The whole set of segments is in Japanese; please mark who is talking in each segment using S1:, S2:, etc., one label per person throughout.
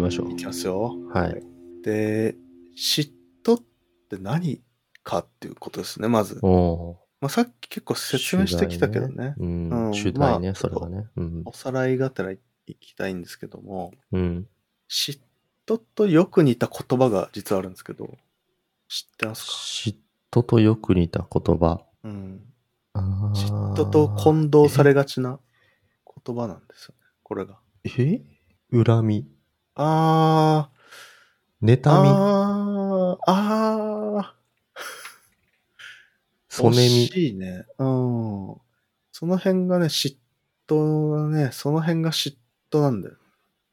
S1: ましょう
S2: い。きますよ。
S1: はい。
S2: で、嫉妬って何かっていうことですね、まず。
S1: おお
S2: まあ、さっき結構
S1: ー。
S2: 説明してきたけどね、
S1: 主題ね
S2: う
S1: うんん。主題ね、
S2: まあ
S1: それはね。うん。
S2: おさらいがてらいきたいんですけども、
S1: うん。
S2: 嫉妬とよく似た言葉が実はあるんですけど、知ってますか
S1: 嫉妬とよく似た言葉。
S2: うん。
S1: あー
S2: 嫉妬と混同されがちな言葉なんですよね、これが。
S1: え恨み、
S2: あー、
S1: 妬み、
S2: あー、あー、
S1: そねみ
S2: 惜。しいね。うん。その辺がね、嫉妬がね、その辺が嫉妬なんだよ。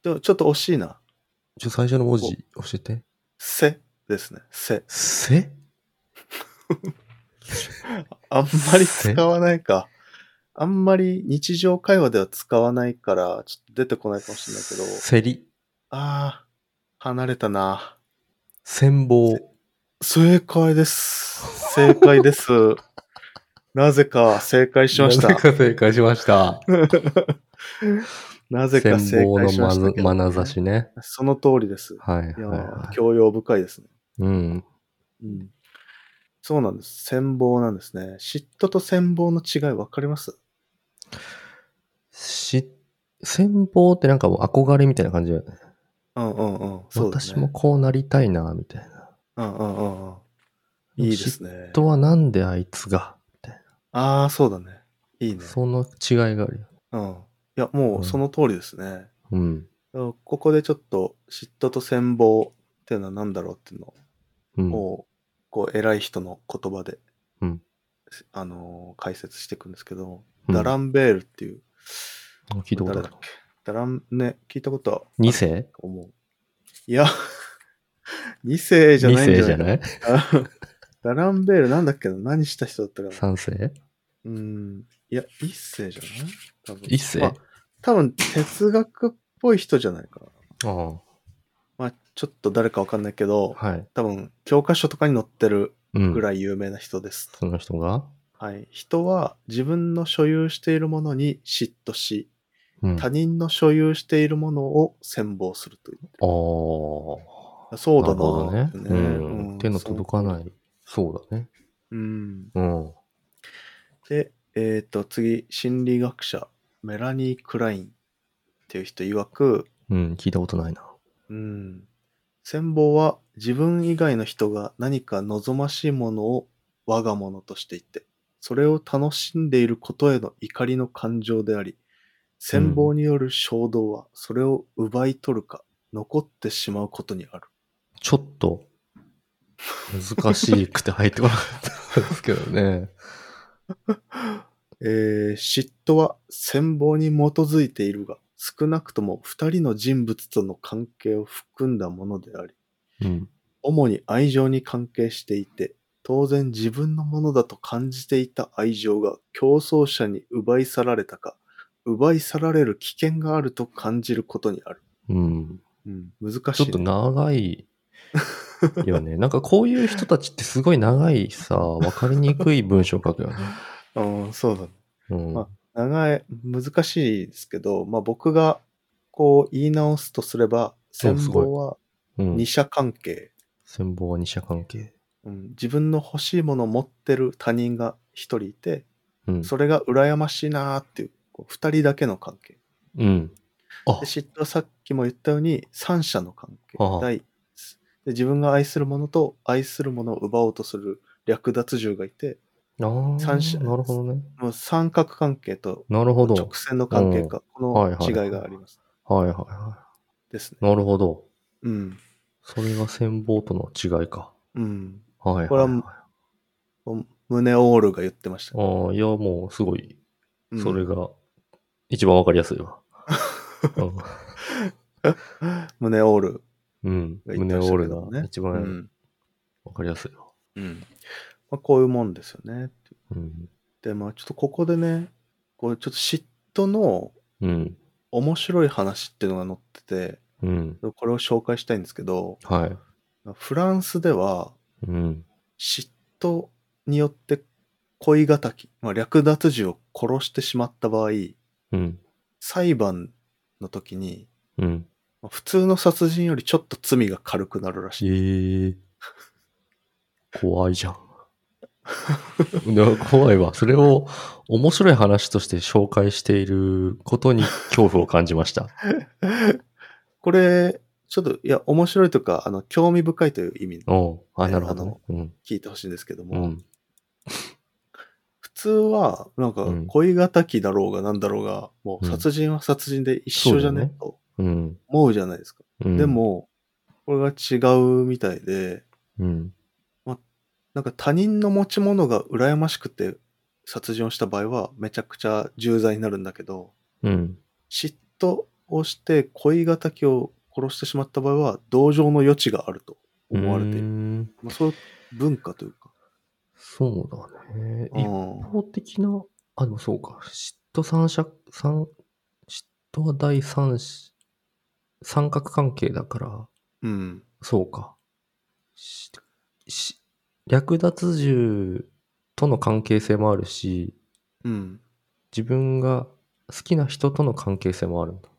S2: でもちょっと惜しいな。
S1: ちょ、最初の文字教えて。
S2: せですね。せ。
S1: せ
S2: あんまり使わないか。あんまり日常会話では使わないから、ちょっと出てこないかもしれないけど。
S1: せり、
S2: ああ、離れたな。
S1: せんぼう。
S2: 正解です。正 解です。なぜか正解しました
S1: な。ぜか正解しました。
S2: なぜか正
S1: 戦望
S2: 解しました
S1: の
S2: けど、
S1: まなざしね。
S2: その通りです。
S1: はいはい
S2: いや
S1: は
S2: ー、
S1: い。
S2: 教養深いですね。
S1: うん。
S2: うん。そうなんです。戦望なんですね。嫉妬と戦望の違い分かります
S1: し、戦望ってなんかもう憧れみたいな感じだよね。
S2: うんうんうん。そうだね。
S1: 私もこうなりたいな、みたいな。
S2: うんうんうんうん。いいですね。
S1: 人はなんであいつが、みたい
S2: ああ、そうだね。いいね
S1: な。。その違いがあるよ。
S2: うん。いや、もうその通りですね。
S1: うん。
S2: ここでちょっと嫉妬と戦望っていうのは何だろうっていうの
S1: うん。
S2: を、こう、偉い人の言葉で、
S1: うん
S2: あのー解説していくんですけど、
S1: うん
S2: ダランベールっていう、
S1: 聞いたことあ
S2: 誰
S1: る
S2: だっ。けダラン、ね、聞いたことは
S1: 二世
S2: 思う。いや、2世じゃ
S1: 二
S2: ないんじ
S1: 世
S2: ゃ
S1: じ
S2: な
S1: ゃ
S2: い
S1: ない
S2: ダランベールなんだっけな何した人だったかな
S1: 三世
S2: うーん。いや、一世じゃない多分
S1: 一世
S2: まあ多分哲学っぽい人じゃないかな。
S1: うん。
S2: まあ、ちょっと誰かわかんないけど、
S1: はい。
S2: 多分、教科書とかに載ってる
S1: うん
S2: ぐ。らい有名な人です。
S1: その人が
S2: はい。人は自分の所有しているものに嫉妬し、
S1: うん。
S2: 他人の所有しているものを羨望するという。
S1: おー。
S2: そう
S1: な
S2: だ
S1: るほど
S2: な
S1: ね
S2: っ。て
S1: うん。手の届かない。そうだね。
S2: そううん。
S1: うん。
S2: で、えっ、と、次、心理学者、メラニー・クラインっていう人曰く、
S1: うん。聞いたことないな。
S2: うん。戦望は自分以外の人が何か望ましいものを我が物としていて、それを楽しんでいることへの怒りの感情であり、戦望による衝動はそれを奪い取るか、残ってしまうことにある。
S1: ちょっ と、難しくて入ってこなかったんですけどね。
S2: えー嫉妬は戦望に基づいているが、少なくとも二人の人物との関係を含んだものであり、
S1: うん。
S2: 主に愛情に関係していて、当然自分のものだと感じていた愛情が競争者に奪い去られたか、奪い去られる危険があると感じることにある。
S1: うん。
S2: 難し
S1: ちょ
S2: い、
S1: っと長いよね。なんかこういう人たちってすごい長いさ、わかりにくい文章書くよ ね。
S2: うん、そうだね。
S1: うん。
S2: あ長い、難しいですけど、まあ僕がこう言い直すとすれば、戦
S1: おすごい
S2: 法は
S1: うん
S2: 二。者関係、
S1: 戦法は二者関係。
S2: うん自分の欲しいものを持ってる他人が一人いて、
S1: うん。
S2: それが羨ましいなーっていう、こう二人だけの関係。
S1: うん。あ
S2: で、嫉妬はさっきも言ったように、三者の関係。
S1: ああ
S2: 第一で自分が愛するものと愛するものを奪おうとする略奪獣がいて、
S1: あー
S2: 三者
S1: なるほどね。
S2: もう三角関係と
S1: なるほど。
S2: 直線の関係か、こ
S1: はいはい
S2: の違いがあります。
S1: はいはいは
S2: ですね。
S1: い。なるほど。
S2: うん。
S1: それが戦法との違いか。
S2: うん。
S1: はいはい、はい。
S2: これは胸オールが言ってましたね、
S1: ああ、いや、もう、すごい、
S2: うん
S1: それが、一番わかりやすい わ。
S2: 胸オール
S1: うん。
S2: が言って
S1: 胸
S2: ま
S1: オ
S2: した
S1: ー
S2: け
S1: ル
S2: どね。
S1: が一
S2: う
S1: 番
S2: ん。
S1: わかりやすいわ。
S2: うんまあ、こういうもんですよね。
S1: うん。
S2: で、まあちょっとここでね、こうちょっと嫉妬の
S1: うん。
S2: 面白い話っていうのが載って
S1: うん。
S2: て、これを紹介したいんですけど、
S1: はい。
S2: フランスでは
S1: うん。
S2: 嫉妬によって恋敵、まあ、略奪獣を殺してしまった場合、
S1: うん。
S2: 裁判の時に
S1: うん。
S2: まあ普通の殺人よりちょっと罪が軽くなる らし
S1: え
S2: い。
S1: え怖いじゃん。 でも怖いわ。それを面白い話として紹介していることに恐怖を感じま した。
S2: これ、ちょっと、いや、面白いとか、あの、興味深いという意味で
S1: おうあ、なるほどね。うん。
S2: 聞いてほしいんですけど
S1: う
S2: も、
S1: ん。
S2: 普通は、なんか
S1: うん、
S2: 恋敵だろうがなんだろうが、もう
S1: うん
S2: 殺人は殺人で一緒じゃ
S1: そうだ
S2: ね
S1: ね
S2: と
S1: うん。
S2: 思うじゃないですか。
S1: うん
S2: で、も、これが違うみたいで、
S1: うん。
S2: なんか他人の持ち物が羨ましくて殺人をした場合は、めちゃくちゃ重罪になるんだけど、
S1: うん。
S2: 嫉妬をして恋敵を殺してしまった場合は、同情の余地があると思われている。
S1: る。
S2: まあ、そういう文化というか。
S1: そうだね。
S2: う
S1: 一
S2: ん
S1: 方的な、あ、でもそうか。嫉妬三者、三、嫉妬は第三子、三角関係だから、
S2: うん。
S1: そうか。しし略奪獣との関係性もあるし、
S2: うん。
S1: 自分が好きな人との関係性もあるんだ。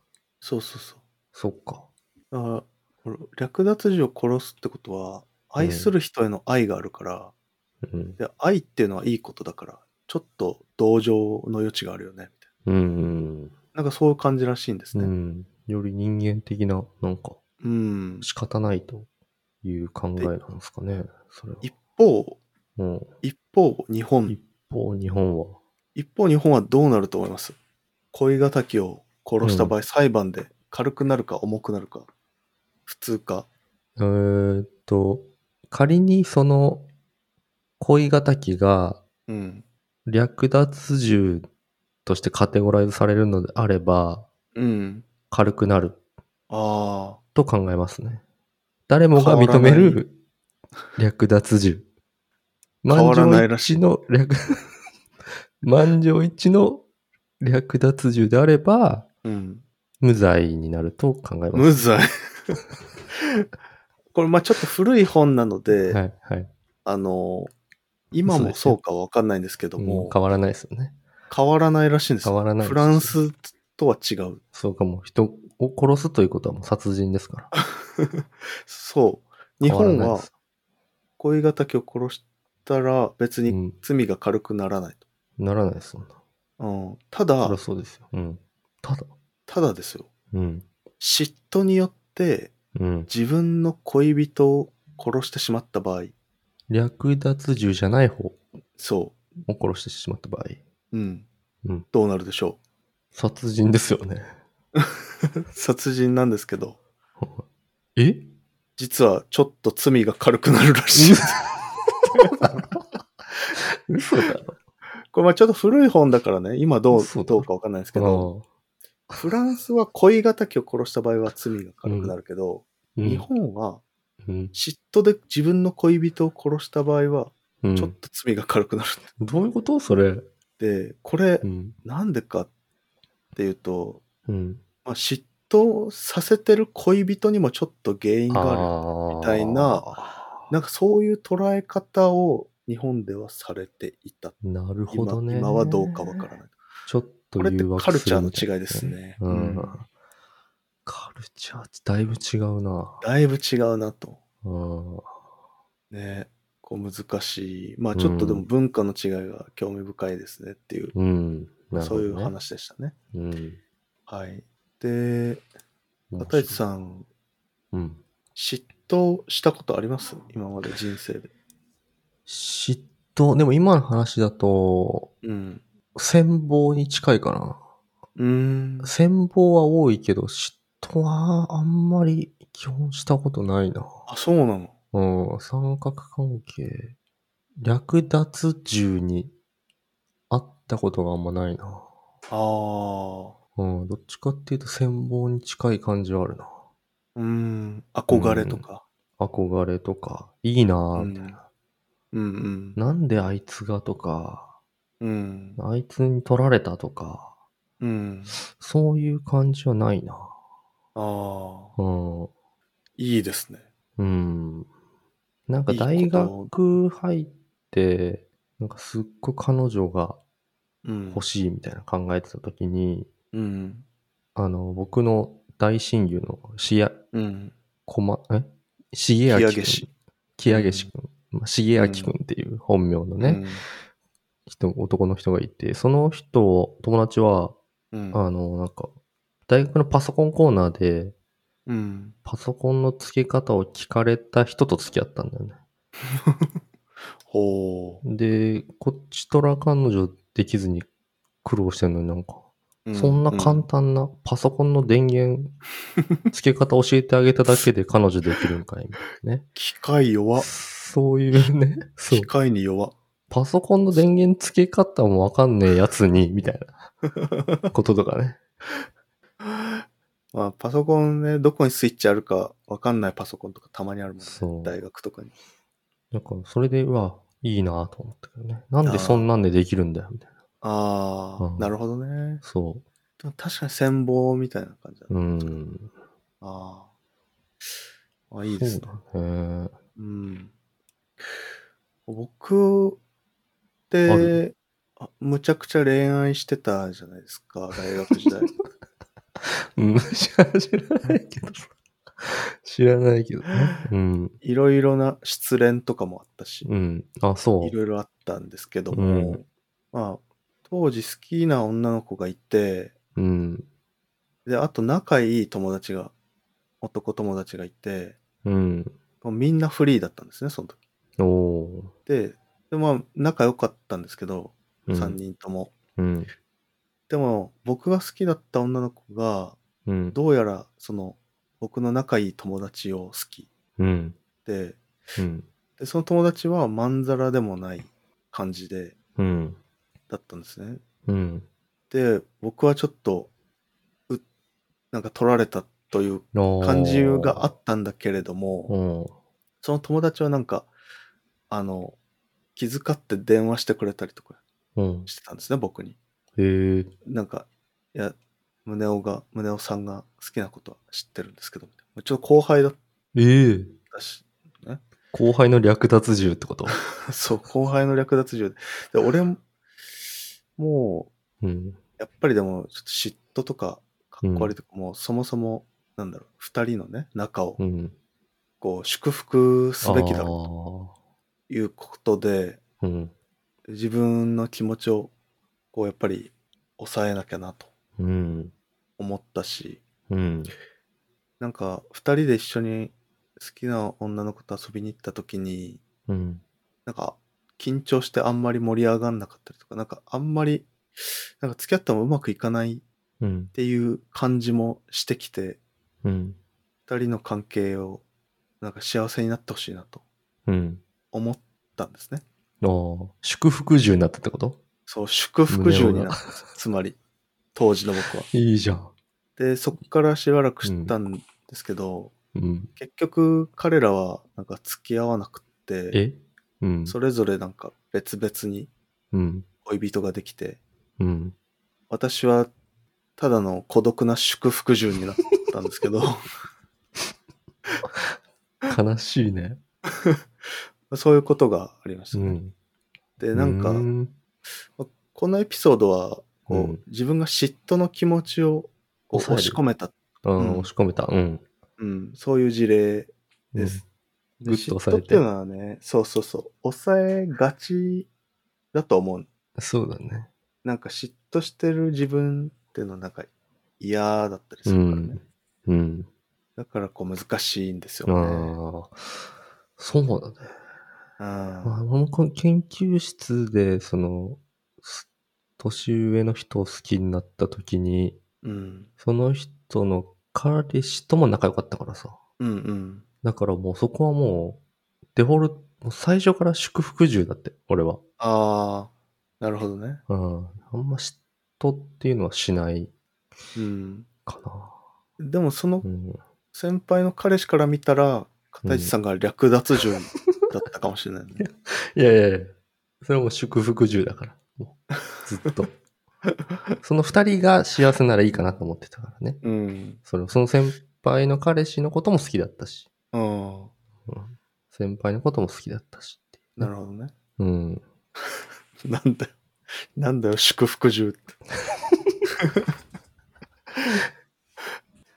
S2: そうそうそう。
S1: そっか。
S2: だからこれ略奪児を殺すってことは愛する人への愛があるから、
S1: うん。
S2: で愛っていうのはいいことだからちょっと同情の余地があるよねみたい
S1: うん。
S2: ななんかそういう感じらしいんです
S1: う
S2: ね
S1: ん。より人間的な、なんか、
S2: うん、
S1: 仕方ないという考えなんですかね。それは。
S2: 一方
S1: うん。
S2: 一方日本
S1: 一方、日本は。
S2: 一方日本はどうなると思います恋敵を殺した場合、裁判で軽くなるか重くなるか普通か
S1: えーっと、仮にその恋敵が
S2: うん
S1: 略奪獣としてカテゴライズされるのであれば、
S2: うん
S1: 軽くなる
S2: ああ
S1: と考えますね。誰もが認め
S2: 変わら
S1: る略奪獣。
S2: 変わらな
S1: 満場
S2: いらしい
S1: 一致の略、 満場一致の略奪獣であれば、
S2: うん
S1: 無罪になると考えま
S2: 無
S1: す。
S2: 罪 これまあちょっと古い本なので、
S1: はい、はい。
S2: あの今もそうかわかんないんですけど
S1: も
S2: も
S1: う、変わらないですよね。
S2: 変わらないらしいんですよ
S1: 変わらないです
S2: フランスとは違う
S1: そうかも。人を殺すということはもう殺人ですから。
S2: そう日本
S1: 変わらない
S2: は
S1: です
S2: 恋敵を殺したら別
S1: う
S2: に
S1: ん
S2: 罪が軽くならないと、
S1: ならないです、そんな。
S2: うん、た
S1: そ
S2: だ
S1: りゃそうですよ。うん。ただ、
S2: ただですよ
S1: うん。
S2: 嫉妬によって
S1: うん。
S2: 自分の恋人を殺してしまった場合
S1: 略奪獣じゃない方を
S2: そ
S1: 殺してしまった場合、
S2: う、うん
S1: うん
S2: どうなるでしょ
S1: 殺人ですよね。
S2: う殺人なんですけど
S1: え
S2: 実はちょっと罪が軽くなるらしい
S1: 嘘だろ。
S2: これまあちょっと古い本だからね、今どう
S1: そうだ
S2: どうかわかんないですけど、
S1: ああ
S2: フランスは恋敵を殺した場合は罪が軽くなるけど、
S1: うん
S2: 日本は
S1: うん
S2: 嫉妬で自分の恋人を殺した場合は、
S1: うん
S2: ちょっと罪が軽くなる
S1: どういうことそれ。
S2: で、これ
S1: う、ん。
S2: なんでかっていうと、
S1: うん。
S2: まあ、嫉妬させてる恋人にもちょっと原因がある。
S1: ああ。
S2: みたいな。なんかそういう捉え方を日本ではされていた。
S1: なるほどね。
S2: 今今はどうかわからない。
S1: ちょっと
S2: これって
S1: 誘惑
S2: カルチャーの
S1: する
S2: 違い
S1: み
S2: で
S1: た
S2: すね。
S1: う
S2: うんん。
S1: カルチャーってだいぶ違うな。
S2: だいぶ違うなと。
S1: うん。
S2: ね。こう難しい。まあ
S1: うん
S2: ちょっとでも文化の違いが興味深いですねっていう、
S1: うん。なる
S2: そ
S1: ほ
S2: う
S1: ど
S2: いう
S1: ね。
S2: 話でしたね。
S1: うん。
S2: はい。で、
S1: 面
S2: 片
S1: 白い
S2: 市さん、
S1: うん。
S2: 嫉妬したことあります今まで人生で。
S1: 嫉妬、でも今の話だと、
S2: うん。
S1: 戦望に近いか
S2: うーん
S1: な。。戦望は多いけど、嫉妬はあんまり基本したことないな。
S2: あ、そうなの。
S1: うん、三角関係。略奪獣に会ったことがあんまないな。
S2: ああ。
S1: うん、どっちかっていうと戦望に近い感じはあるな。
S2: うーん。憧れとか。
S1: 憧れとか、いいなぁ、
S2: うん
S1: みたいな。
S2: うん
S1: なんであいつがとか、
S2: うん。うん。
S1: あいつに取られたとか、
S2: うん。
S1: そういう感じはないな。
S2: ああ。
S1: うん。
S2: いいですね。
S1: うん。なんか
S2: いいこと
S1: 大学入って、なんかすっごい彼女が
S2: うん。
S1: 欲しいみたいな考えてた時に、
S2: うん。
S1: あの、僕の大親友のしや、
S2: うん。
S1: こま、え重明君。
S2: 引き上げ師
S1: 木上氏君。まあ重明君っていう本名のね、人、男の人がいて、その人を、友達は、
S2: うん。うん。
S1: あの、なんか、大学のパソコンコーナーで、
S2: うん。
S1: パソコンの付け方を聞かれた人と付き合ったんだよね。
S2: ほ
S1: で、こっちとら彼女できずに苦労してんのになんか、
S2: う。う
S1: そんな簡単なパソコンの電 源、付け方教えてあげただけで彼女できるんかいみたいなね。
S2: 機械弱。
S1: そういうね、そう
S2: 機。械に弱。
S1: パソコンの電源付け方もわかんねえやつに、みたい なこととかね。
S2: まあ、パソコンね、どこにスイッチあるかわかんないパソコンとかたまにあるもんね。
S1: そう。
S2: 大学とかに。
S1: なんか、それで、うわ、いいなと思ったけどね。なんでそんなんでできるんだよ、みたいな。
S2: ああ、
S1: うん
S2: なるほどね。
S1: そ
S2: でも確かに戦望みたいな感じだね。
S1: う。うん。
S2: あーあ。いいですね。
S1: そうだね。
S2: うん。僕って、
S1: ある
S2: あむちゃくちゃ恋愛してたじゃないですか、大学 時代。
S1: うん、 知らないけどさ。知らないけどね。うん。
S2: いろいろな失恋とかもあったし、
S1: うん。あ、そ
S2: いろいろあったんですけども、
S1: うん
S2: まあ、当時好きな女の子がいて、
S1: う。うん。
S2: で、あと仲いい友達が、男友達がいて、
S1: うん。
S2: もうみんなフリーだったんですね、その時。
S1: おお
S2: で、でまあ、仲良かったんですけど、
S1: ー。うん
S2: 3。人とも。
S1: うん。
S2: でも、僕が好きだった女の子が、
S1: うん。
S2: どうやら、その、僕の仲いい友達を好き
S1: うん。
S2: で、
S1: うん。
S2: で、その友達はまんざらでもない感じで、
S1: うん。
S2: だったんですね。
S1: うん。
S2: で、僕はちょっと、う、なんか取られたという
S1: おー
S2: 感じがあったんだけれども、
S1: おー
S2: その友達はなんか、あの、気遣って電話してくれたりとか
S1: うん。
S2: してたんですね、僕に。
S1: へえ。
S2: なんか、いや、宗男が、宗男さんが好きなことは知ってるんですけど、みたいなちょっと後輩だっ
S1: ええ。
S2: たし、
S1: 後輩の略奪銃ってこと
S2: そう、後輩の略奪中で、俺も、もう、
S1: うん。
S2: やっぱりでも、ちょっと嫉妬とか、かっこ悪いとか、もうそもそも、なんだろう、二人のね、仲を
S1: う、ん。
S2: こう、祝福すべきだろ
S1: ろ
S2: うということで、
S1: う。うん。
S2: 自分の気持ちを、こう、やっぱり、抑えなきゃなと
S1: うん。
S2: 思ったし、
S1: うん。
S2: なんか、二人で一緒に好きな女の子と遊びに行った時に、
S1: うん。
S2: なんか、緊張してあんまり盛り上がんなかったりとか、なんか、あんまり、なんか付き合ってもうまくいかない
S1: うん
S2: っ。ていう感じもしてきて、
S1: うん。
S2: 二人の関係をなんか幸せになってほしいなと
S1: うん。
S2: 思ったんですね。
S1: ああ、祝福獣になったってこと
S2: そう、祝福中になったんです。つまり、当時の僕は。
S1: いいじゃん。
S2: で、そこからしばらく知ったんですけど、
S1: うん。
S2: 結局彼らはなんか付き合わなくって、
S1: えうん。
S2: それぞれなんか別々に
S1: うん。
S2: 恋人ができて、
S1: うん。
S2: 私はただの孤独な祝福中になったんで すけど、
S1: 悲しいね。
S2: そういうことがありまし
S1: う
S2: たね。
S1: ん。
S2: で、なんか、
S1: うん。
S2: まあこのエピソードはこう、
S1: うん
S2: 自分が嫉妬の気持ちをこう
S1: 抑え
S2: 押
S1: る
S2: し込めた、
S1: ああ
S2: うん
S1: 押し込めた。うん。
S2: うん、そういう事例です。
S1: うん。ぐっ
S2: で
S1: と押
S2: 嫉妬
S1: さ
S2: っ
S1: え
S2: て
S1: て
S2: いう。のはね、そうそうそう、抑えがちだと思う。
S1: そうだね。
S2: なんか嫉妬してる自分っていうのはなんか嫌だったりするからね。
S1: んうん。
S2: だからこう難しいんです
S1: あ
S2: よね。
S1: あ。そうだね。ま
S2: あ
S1: あ、俺もこの研究室で、その、す年上の人を好きになった時に、
S2: うん、
S1: その人の彼氏とも仲良かったからさ。
S2: うん、うん。
S1: だからもうそこはもう、デフォルト、もう最初から祝福獣だって、俺は。
S2: ああ、なるほどね。
S1: うん。あんま嫉妬っていうのはしない
S2: うん。
S1: かな。
S2: でもその
S1: うん。
S2: 先輩の彼氏から見たら、片石さんが略奪順だったかもしれないね。
S1: いやいやいや、それはもう祝福獣だから。もうずっ と。その二人が幸せならいいかなと思ってたからね。
S2: うん。
S1: それその先輩の彼氏のことも好きだったし、
S2: うん。
S1: うん、先輩のことも好きだったしっていう
S2: なるほどね。
S1: うん。
S2: なんだよ。なんだよ、祝福中って。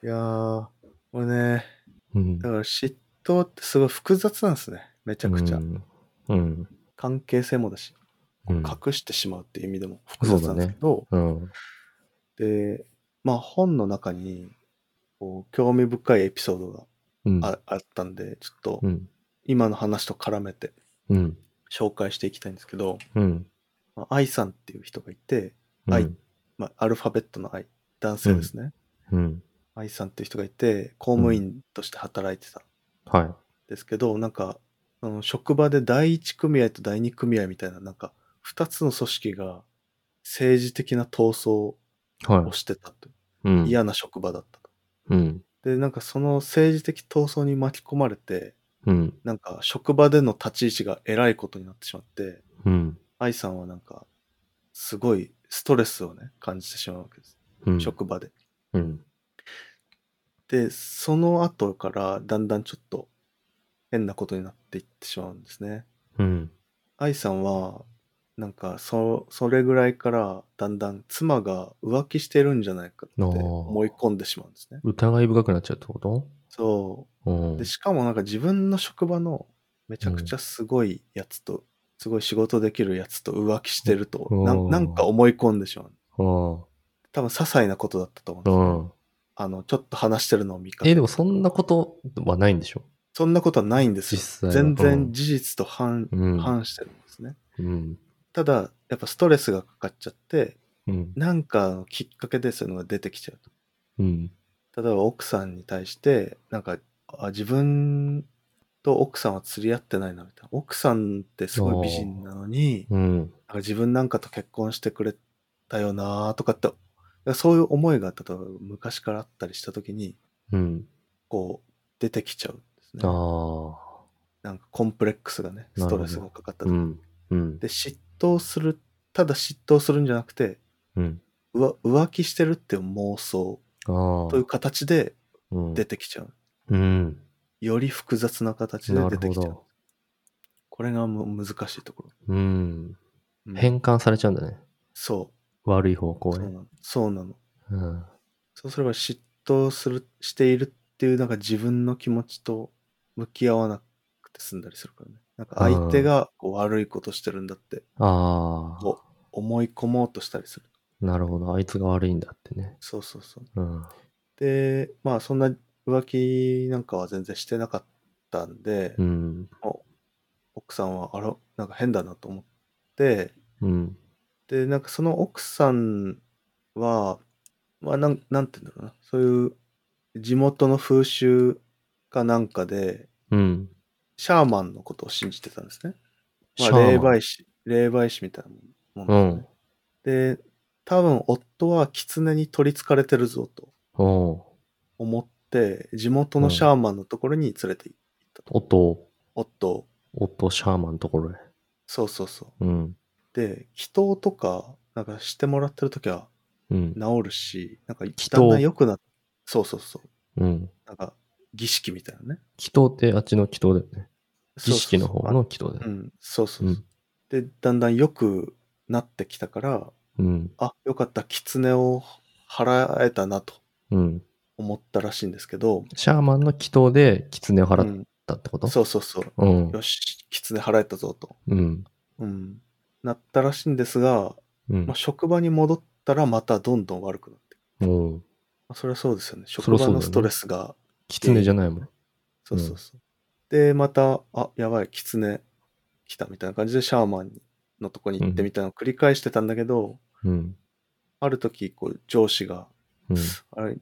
S2: いいやー、俺ね、
S1: うん
S2: だ。から嫉妬ってすごい複雑なんですね。めちゃくちゃ。
S1: うん。うん。
S2: 関係性もだし、
S1: うん。
S2: 隠してしまうっていう意味でも複雑なんですけど、
S1: うん。
S2: で、まあ本の中に、こう、興味深いエピソードが
S1: うん。
S2: ああったんで、ちょっと
S1: うん。
S2: 今の話と絡めて
S1: うん。
S2: 紹介していきたいんですけど、
S1: うん。
S2: まあ、愛さんっていう人がいて、
S1: うん
S2: はい。まあ、アルファベットの愛、男性ですね。
S1: うん。
S2: 愛さんっていう人がいて、公務員として働いてたん
S1: はい。
S2: ですけど、なんか、あの職場で第一組合と第二組合みたいな、なんか、二つの組織が政治的な闘争
S1: は
S2: をしてたと。
S1: い。うん。。
S2: 嫌な職場だったと。
S1: うん。
S2: で、なんかその政治的闘争に巻き込まれて、
S1: うん。
S2: なんか職場での立ち位置が偉いことになってしまって、
S1: うん。
S2: 愛さんはなんか、すごいストレスをね、感じてしまうわけです。
S1: うん。
S2: 職場で。
S1: うん。
S2: で、その後からだんだんちょっと変なことになっていってしまうんですね。
S1: うん。
S2: 愛さんは、なんかそ、それぐらいからだんだん妻が浮気してるんじゃないかって
S1: あー
S2: 思い込んでしまうんですね。
S1: 疑い深くなっちゃうってこと
S2: そうう。
S1: ん
S2: で、。しかもなんか自分の職場のめちゃくちゃすごいやつと、すごい仕事できるやつと浮気してると、な
S1: うん
S2: んなんか思い込んでしまう。
S1: うん。
S2: 多分些細なことだったと思うんです
S1: う
S2: よね、
S1: ん。
S2: あの、ちょっと話してるのを見かけ
S1: え、でもそんなことはないんでしょ
S2: そんなことはないんですよ。
S1: 実際は
S2: 全然事実と反,、
S1: うん
S2: 反してるんですね。
S1: うん。
S2: ただ、やっぱストレスがかかっちゃって、
S1: うん。
S2: なんかのきっかけでそういうのが出てきちゃう
S1: うん。
S2: と。例えば奥さんに対して、なんか、あ自分と奥さんは釣り合ってないな、みたいな。奥さんってすごい美人なのに、
S1: うん。
S2: なんか自分なんかと結婚してくれたよなとかって、だからそういう思いが例えば昔からあったりした時に、
S1: うん。
S2: こう、出てきちゃうんですね。
S1: あ
S2: なんかコンプレックスがね、ストレスがかかった
S1: あ。
S2: 時
S1: う
S2: に
S1: ん。うん。
S2: で、嫉妬する、ただ嫉妬するんじゃなくて、
S1: うん。
S2: うわ浮気してるっていう妄想
S1: ああ。
S2: という形で
S1: うん
S2: 出てきちゃう。
S1: うん。
S2: より複雑な形で
S1: な
S2: 出
S1: る
S2: て
S1: ほ
S2: きちゃう
S1: ど。。
S2: これがむ難しいところ。
S1: うん。
S2: うん
S1: 変換されちゃうんだね。
S2: そ
S1: 悪い方
S2: う。
S1: 向
S2: そうな
S1: へ。
S2: の。そうなの。
S1: うん。
S2: そうすれば嫉妬する、しているっていう、なんか自分の気持ちと向き合わなくて済んだりするからね。なんか相手がこう悪いことしてるんだって
S1: ああ。
S2: こう思い込もうとしたりする。
S1: なるほど。あいつが悪いんだってね。
S2: そうそうそ
S1: う
S2: う。
S1: ん。
S2: で、まあそんな浮気なんかは全然してなかったんで、
S1: うん。
S2: 奥さんはあら、なんか変だなと思って、
S1: うん。
S2: で、なんかその奥さんは、まあなん、なんて言うんだろうな、そういう地元の風習かなんかで、
S1: うん。
S2: シャーマンのことを信じてたんですね。ま
S1: シャ
S2: あ、
S1: ーマン
S2: 霊媒師、霊媒師みたいなもん
S1: う
S2: なんです
S1: ん
S2: ね。。で、多分夫は狐に取り憑かれてるぞと
S1: おう
S2: 思って、地元のシャーマンのところに連れて行ったと。
S1: 音、
S2: 夫を。
S1: 音シャーマンのところへ。
S2: そうそうそう。
S1: うん。
S2: で、祈祷とか、なんかしてもらってるときは
S1: うん。
S2: 治るし、なんかだん
S1: 祷
S2: だん良くなっそうそうそう。
S1: うん。
S2: なんか儀式みたいなね。
S1: 祈祷ってあっちの祈祷だよね。
S2: そ
S1: 儀
S2: うそうそう
S1: 式の方の。祈祷だ
S2: あ
S1: よ
S2: う
S1: ね。
S2: ん、そうそうそう、で、だんだん良くなってきたから、
S1: うん。
S2: あ、よかった、狐を払えたなと
S1: うん。
S2: 思ったらしいんですけど、
S1: シャーマンの祈祷で狐を
S2: う
S1: 払っ
S2: ん、
S1: たってこと
S2: そうそうそう。
S1: うん
S2: よ。し、狐払えたぞと。
S1: うん。
S2: うん。なったらしいんですが、
S1: うん
S2: まあ、。職場に戻ったらまたどんどん悪くなってくる。
S1: もう、
S2: まあ、それはそうですよね。
S1: そり
S2: 職
S1: ゃそ
S2: 場
S1: うだよ
S2: の
S1: ね
S2: ストレスが
S1: 狐じゃないもん。
S2: そうそうそう。で、また、あ、やばい、狐来たみたいな感じでシャーマンのとこに行ってみたいなのを繰り返してたんだけど、
S1: うん。
S2: ある時、こう、上司が、
S1: うん。
S2: あれ、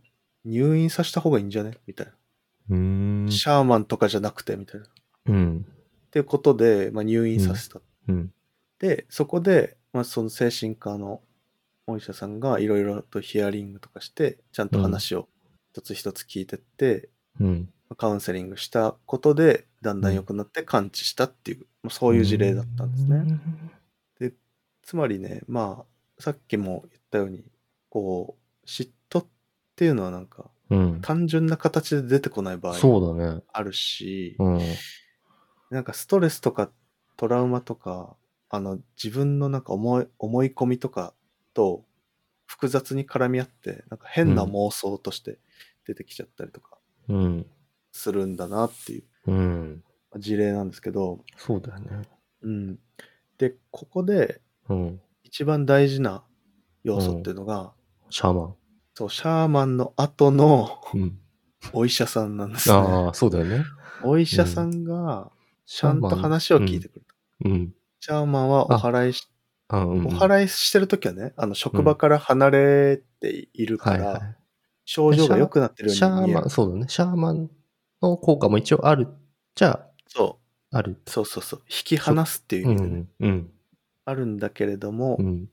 S2: 入院させた方がいいんじゃねみたいな、
S1: うーん。
S2: シャーマンとかじゃなくて、みたいな。っ
S1: うん。
S2: ていうことで、まあ、入院させた。
S1: うん。
S2: で、そこで、まあ、その精神科のお医者さんがいろいろとヒアリングとかして、ちゃんと話を一つ一つ聞いてって、
S1: うん。
S2: カウンセリングしたことで、だんだん良くなって完治したっていう、まあ、そういう事例だったんですね。つまりね、まあ、さっきも言ったように、こう、嫉妬っていうのはなんか、
S1: うん。
S2: 単純な形で出てこない場合も
S1: そうだね。
S2: あるし、
S1: うん。
S2: なんかストレスとかトラウマとか、あの、自分のなんか思い、思い込みとかと複雑に絡み合って、なんか変な妄想として出てきちゃったりとか
S1: うん。
S2: するんだなっていう
S1: うん。
S2: 事例なんですけど、
S1: そうだよね。
S2: うん、でここで
S1: うん。
S2: 一番大事な要素っていうのが、
S1: シャーマ
S2: そうシャーマンの後の
S1: ン。うん。
S2: お医者さんなんですね。
S1: ああ、そうだよね。
S2: お医者さんがちゃんと話を聞いてくれた。
S1: うん。
S2: シャーマンはお祓いし、
S1: あうん。
S2: お
S1: い
S2: 祓いしてるときはね、あの職場から離れているか
S1: はい
S2: ら、
S1: は
S2: 症状が良くなって
S1: い。
S2: る
S1: シャ
S2: ように
S1: ー
S2: 見え
S1: マ
S2: る
S1: ン、。そうだね。シャーマンの効果も一応ある。じゃ
S2: そ
S1: あ、ある。
S2: う、そうそうそう。引き離すっていう
S1: う
S2: 意味でね、
S1: ん。うん。
S2: あるんだけれども、
S1: うん。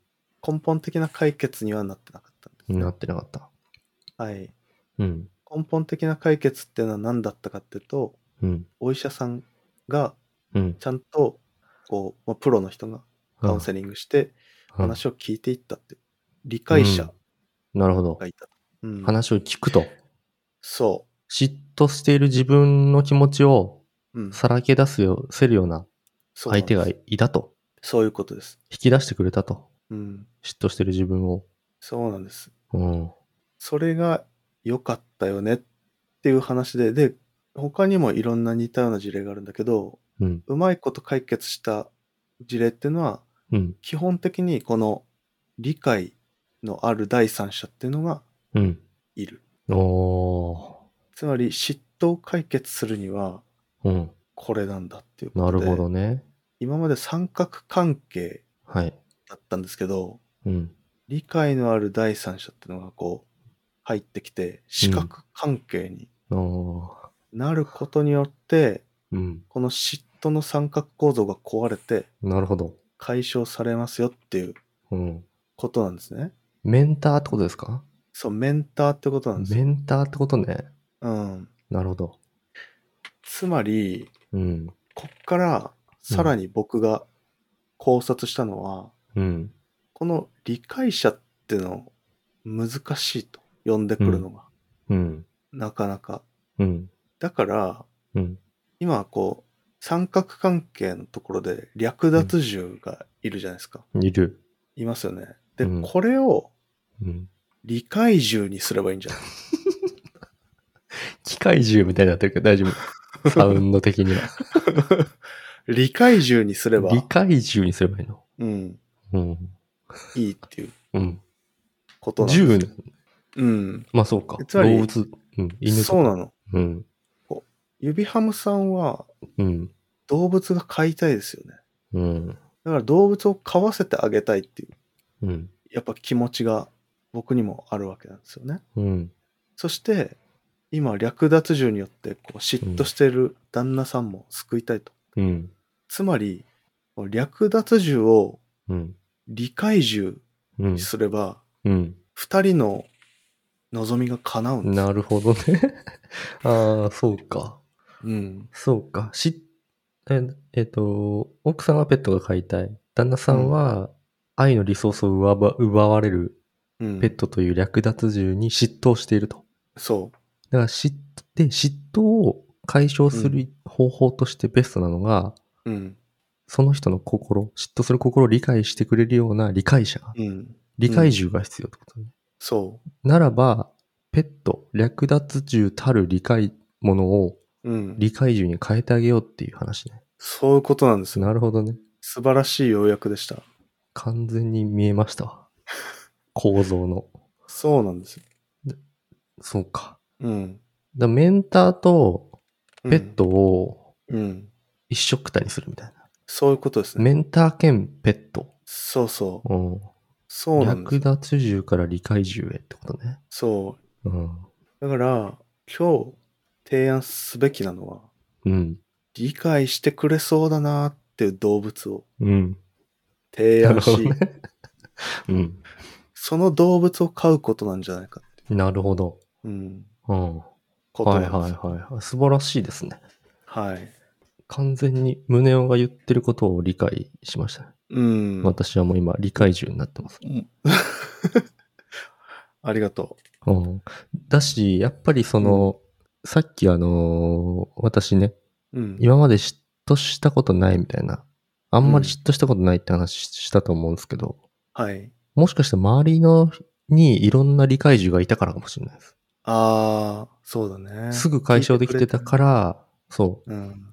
S2: 根本的な解決にはなってなかったんですね、
S1: なってなかった。
S2: はい。
S1: うん。
S2: 根本的な解決っていうのは何だったかっていうと、
S1: うん。
S2: お医者さんが
S1: うん。
S2: ちゃんと、こう、まあ、プロの人がカウンセリングして話を聞いていったっていう、理解者
S1: なるほど
S2: が。いた。うん
S1: 話を聞くと。
S2: そ
S1: 嫉妬している自分の気持ちを
S2: う。うん、
S1: さらけ出すよ、せるような
S2: そうなん
S1: 相手
S2: です
S1: がいたと。
S2: そういうことです。
S1: 引き出してくれたと。
S2: うん。
S1: 嫉妬してる自分を。
S2: そうなんです。
S1: うん。
S2: それが良かったよねっていう話で、で、他にもいろんな似たような事例があるんだけど、
S1: うん。
S2: うまいこと解決した事例っていうのは、
S1: うん。
S2: 基本的にこの理解のある第三者っていうのが
S1: うん。
S2: いる。
S1: お
S2: つまり嫉妬を解決するには
S1: ー。うん。
S2: これなんだっていうこ
S1: な
S2: と
S1: る
S2: で、
S1: ほどね。
S2: 今まで三角関係
S1: はい。
S2: だったんですけど、
S1: うん。
S2: 理解のある第三者っていうのがこう入ってきて、四角関係に
S1: おー。
S2: なることによって、
S1: うん。
S2: この嫉妬の三角構造が壊れて
S1: なるほど。
S2: 解消されますよっていう
S1: うん。
S2: ことなんですね。
S1: メンターってことですか
S2: そう、メンターってことなんです
S1: メ
S2: よ。
S1: ンターってことね。
S2: うん。
S1: なるほど。
S2: つまり、
S1: うん。
S2: こっからさらに僕が考察したのは、
S1: うん。
S2: この理解者ってのを難しいと呼んでくるのが、
S1: うん。
S2: なかなか。
S1: うん。
S2: だから、
S1: うん。
S2: 今こう、三角関係のところで略奪獣がいるじゃないですか。
S1: いる。
S2: いますよね。で、
S1: うん
S2: これを
S1: うん。
S2: 理解獣にすればいいんじゃ ない
S1: 機械銃みたいになってるけど大丈 夫。サウンド的には。
S2: 理解獣にすれば、
S1: 理解銃にすればいいの。
S2: うん、
S1: うん。
S2: いいっていう
S1: うん。
S2: ことなんです
S1: 銃ね。
S2: うん。
S1: まあそうか。
S2: つまり
S1: 動物。うん。犬とか。
S2: そうなの。
S1: うん。
S2: 指ハムさんは
S1: うん。
S2: 動物が飼いたいですよね。
S1: うん。
S2: だから動物を飼わせてあげたいっていう、
S1: うん。
S2: やっぱ気持ちが僕にもあるわけなんですよね。
S1: うん。
S2: そして、今、略奪獣によってこう嫉妬している旦那さんも救いたいと。
S1: うん。
S2: つまり、略奪獣を
S1: うん。
S2: 理解獣
S1: うん
S2: に。すれば、
S1: うん。
S2: 二人の望みが叶うんですよ。
S1: なるほどね。 ああ、そうか。
S2: うん。
S1: そうか。し、えっ、えっと、奥さんはペットが飼いたい。旦那さんは愛のリソースを奪わ奪われる
S2: うん
S1: ペットという略奪獣に嫉妬していると。
S2: そう。
S1: だから嫉妬、で、嫉妬を解消する方法としてベストなのが、
S2: うん。
S1: その人の心、嫉妬する心を理解してくれるような理解者が、
S2: うん。
S1: 理解獣が必要ってことね。
S2: そ
S1: ならば、ペット、略奪獣たる理解ものを
S2: う。うん。
S1: 理解獣に変えてあげようっていう話ね。
S2: そういうことなんですよ。
S1: なるほどね。
S2: 素晴らしい要約でした。
S1: 完全に見えました わ。構造の。
S2: そうなんですよ。
S1: そうか。
S2: うん。
S1: だメンターとペットを
S2: うん。うん。
S1: 一緒くたにするみたいな。
S2: そういうことですね。
S1: メンター兼ペット。
S2: そうそう。
S1: うん。
S2: そうなんです
S1: 略
S2: よ。
S1: 奪獣から理解獣へってことね。
S2: そ
S1: うん。
S2: う。だから、今日提案すべきなのは、
S1: うん。
S2: 理解してくれそうだなっていう動物を
S1: うん。
S2: 提案し、
S1: なるほどね。 うん。
S2: その動物を飼うことなんじゃないかって。
S1: なるほど。
S2: うん。
S1: うん。
S2: ことな
S1: は
S2: ん
S1: い
S2: です。
S1: はいはい。素晴らしいですね。
S2: はい。
S1: 完全に宗男が言ってることを理解しましたね。
S2: うん。
S1: 私はもう今、理解中になってます。
S2: ありがと
S1: うん、だし、やっぱりその、さっきあのー私ね、
S2: う。うん。
S1: 今まで嫉妬したことないみたいな、あんまり嫉妬したことないって話したと思うんですけど、
S2: はい。
S1: もしかして周りのにいろんな理解獣がいたからかもしれないです。
S2: ああ、そうだね。
S1: すぐ解消できてたから、そう、
S2: うん。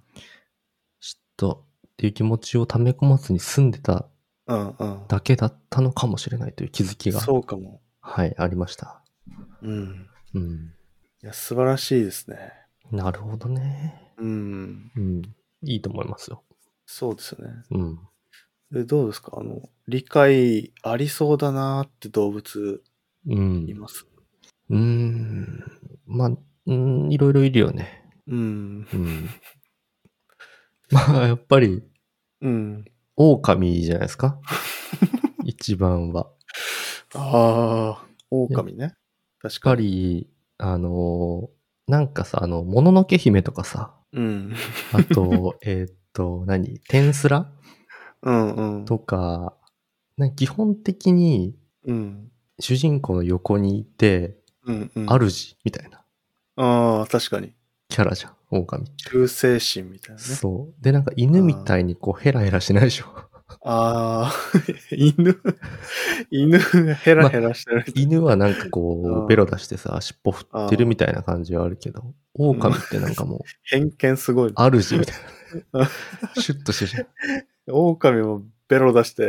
S1: 嫉妬っていう気持ちを溜め込まずに済んでた
S2: うんうん。
S1: だけだったのかもしれないという気づきが、
S2: そうかも。
S1: はい、ありました。
S2: うん。
S1: うん。
S2: いや、素晴らしいですね。
S1: なるほどね。
S2: うん。
S1: うん。いいと思いますよ。
S2: そうですよね。
S1: うん。
S2: で、どうですかあの、理解ありそうだなーって動物
S1: うん。
S2: います。
S1: うーん。まあ、うん、いろいろいるよね。
S2: うん。
S1: うん。まあ、やっぱり、
S2: うん。
S1: 狼じゃないです か一番は。
S2: ああ、狼ね。確
S1: しっか
S2: かに。
S1: り、あのーなんかさ、あの、もののけ姫とかさ、
S2: うん。
S1: あと、 えーっと、何天スラ
S2: うんうん。
S1: とか、なんか基本的に
S2: うん。
S1: 主人公の横にいて、
S2: うんうん。
S1: 主みたいな
S2: ああ、確かに。
S1: キャラじゃん、狼って。
S2: 忠誠心みたいなね。
S1: そう。で、なんか犬みたいにこうヘラヘラしないでしょ。
S2: ああ、 犬、犬ヘラヘラしてる。
S1: 犬はなんかこ
S2: うん
S1: う、ベロ出してさ、尻尾振ってるみたいな感じはあるけど、狼ってなんかもう、
S2: 偏見すごい。
S1: 主みたいうな。シュッとしてるじゃん。
S2: 狼もベロ 出して、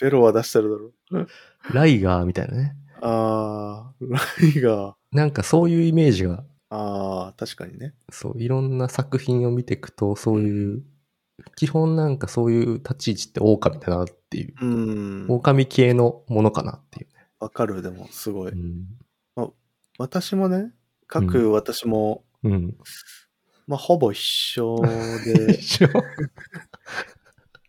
S2: ベロは出してるだろう。
S1: ライガーみたいなね。
S2: ああ、ライガー。
S1: なんかそういうイメージが
S2: ああ、確かにね。
S1: そう、いろんな作品を見ていくと、そういう、基本なんかそういう立ち位置って狼だなっていう、
S2: うん。
S1: 狼系のものかなっていう
S2: わかる、でも、すごい。
S1: ね。
S2: 私もね、
S1: う
S2: 各私も、
S1: うん。うん。
S2: まあ、ほぼ一緒 で、
S1: 一緒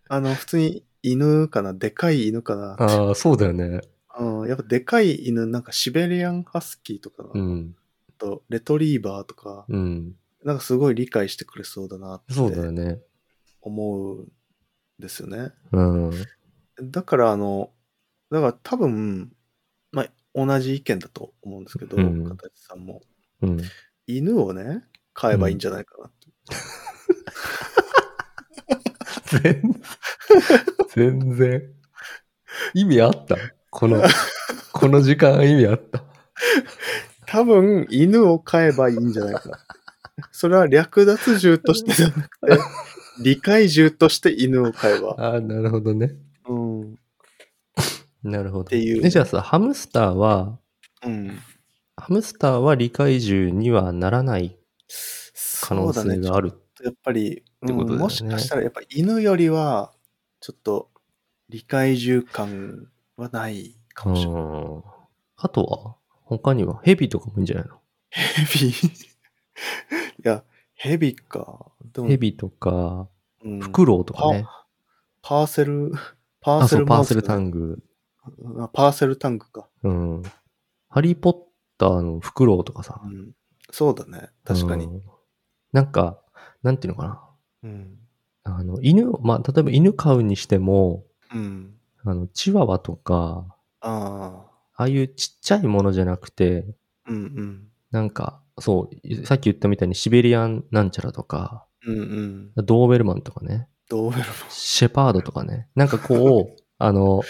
S2: あの、普通に犬かな、でかい犬かな。
S1: ああ、そうだよね。
S2: うん、やっぱでかい犬、なんかシベリアンハスキーとか、
S1: うん。
S2: とレトリーバーとか、
S1: うん。
S2: なんかすごい理解してくれそうだなって
S1: そうだよね。
S2: 思うんですよね。
S1: うん。
S2: だからあの、だから多分、まあ、同じ意見だと思うんですけど、
S1: うん
S2: 片地さんも。
S1: うん。
S2: 犬をね、飼えばいいんじゃないかなって。
S1: 全 然。全然。意味あったこ の、この時間意味あった。
S2: 多分、犬を飼えばいいんじゃない かなって。それは略奪獣としてじゃなくて、理解獣として犬を飼えば。
S1: ああ、なるほどね。
S2: うん。
S1: なるほど。
S2: ていう
S1: でじゃあさ、ハムスターは、
S2: うん。
S1: ハムスターは理解獣にはならない可
S2: そ
S1: 能
S2: うだね
S1: 性。がある。
S2: やっぱり、
S1: ってことだよね
S2: もしかしたらやっぱ犬よりはちょっと理解重感はないかもしれない。
S1: うんあとは他にはヘビとかもいいんじゃないの
S2: ヘビ いや、ヘビか。でも
S1: ヘ、ビとか、
S2: うん
S1: フクロウとかね。
S2: パーセル、パー
S1: あ、
S2: セ
S1: そう、
S2: ル
S1: パーセルタ
S2: ン
S1: ング。
S2: グ。あパーセルタングか。
S1: うん。ハリーポッターのフクロウとかさ
S2: う。ん、そうだね。確か
S1: う
S2: に。
S1: んなんか、なんていうのか
S2: うん。
S1: な。あの、犬を、まあ、例えば犬飼うにしても、
S2: うん。
S1: あの、チワワとか、
S2: ああ。
S1: ああいうちっちゃいものじゃなくて、
S2: うんうん。
S1: なんか、そう、さっき言ったみたいにシベリアンなんちゃらとか、
S2: うん うん。
S1: ドーベルマンとかね、
S2: どうや
S1: シェパードとかね、なんかこう、あの、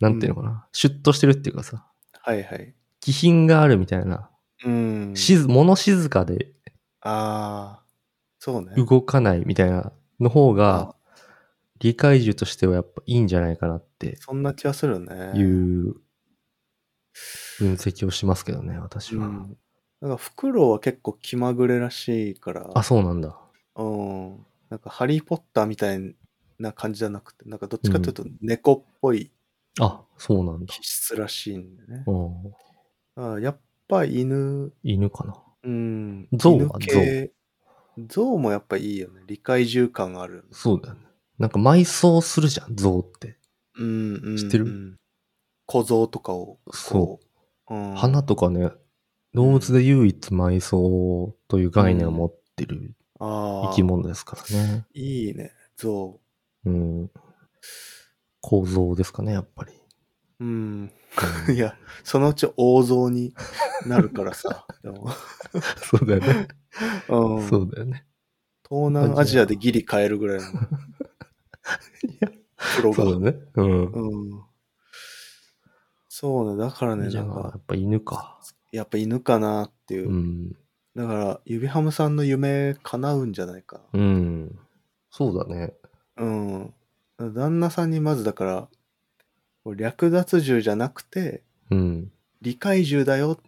S1: なんていうのかな、シュッとしてるっていうかさ、
S2: はいはい。
S1: 気品があるみたいな、
S2: うん。
S1: 静、物静かで
S2: ああ。そうね。
S1: 動かないみたいなの方
S2: あ
S1: が、理解獣としてはやっぱいいんじゃないかなって
S2: そんな気がするね。
S1: いう分析をしますけどね、私
S2: う
S1: は。
S2: ん。なんか、フクロウは結構気まぐれらしいから、
S1: あ、そうなんだ。
S2: うん。なんか、ハリー・ポッターみたいな感じじゃなくて、なんか、どっちかというと、猫っぽい
S1: あ、そうなんだ
S2: 気。質らしいんでね。
S1: うん、
S2: あやっぱ犬、
S1: 犬かな。
S2: うん。
S1: 象
S2: 犬
S1: は
S2: 系象もやっぱいいよね。理解獣感がある。
S1: そうだよね。なんか埋葬するじゃん、象って。
S2: うん、うん。
S1: 知ってる
S2: うん小僧とかを。。
S1: そう
S2: うん、
S1: 花とかね、動物で唯一埋葬という概念を持ってる
S2: あ
S1: 生
S2: あ
S1: き物ですからね。
S2: いいね。象。
S1: うん。構造ですかね、やっぱり。
S2: うん。 いや、そのうち大象になるか らさ。でも
S1: そうだよね。
S2: うん、東
S1: そうだよね。
S2: 南アジアでギリ買えるぐ らいの
S1: いや、
S2: プロが。
S1: そうだね。うん。
S2: うん、そうね、だからね、
S1: じ
S2: な
S1: ゃあ、
S2: ん
S1: や
S2: か、
S1: っぱ犬か。
S2: やっぱ犬かなっていうう。
S1: ん。
S2: だから、指ハムさんの夢叶うんじゃないか
S1: うん。そうだね。
S2: な。うん。旦那さんにまずだから、略奪獣じゃなくて、
S1: うん。
S2: 理解獣だよっ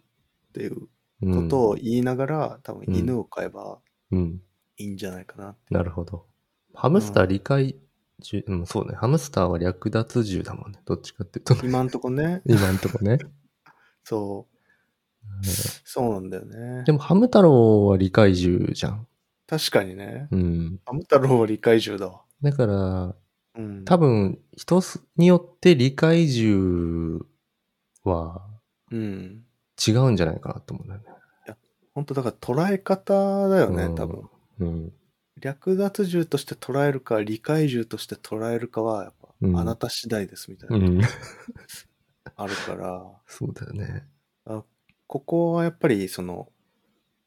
S2: ていう
S1: うん
S2: ことを言いながら、多分犬を飼えば
S1: うん。
S2: いいんじゃないかな。
S1: なるほど。ハムスター理解獣、うん、そうね。ハムスターは略奪獣だもんね。どっちかっていうと、、
S2: 今んとこね
S1: 今んとこね。
S2: そう、そうなんだよね
S1: で。も、ハム太郎は理解獣じゃん。
S2: 確かにね。
S1: うん。
S2: ハム太郎は理解獣だわ。
S1: だから、
S2: うん。
S1: 多分、人によって理解獣は
S2: うん。
S1: 違うんじゃないかなと思うんだよね。
S2: 本当だから捉え方だよね、
S1: うん
S2: 多分。
S1: うん。
S2: 略奪獣として捉えるか、理解獣として捉えるかは、やっぱ、
S1: うん
S2: あなた次第ですみたいな、
S1: うん。
S2: あるから、
S1: そうだよね。
S2: ここはやっぱり、その、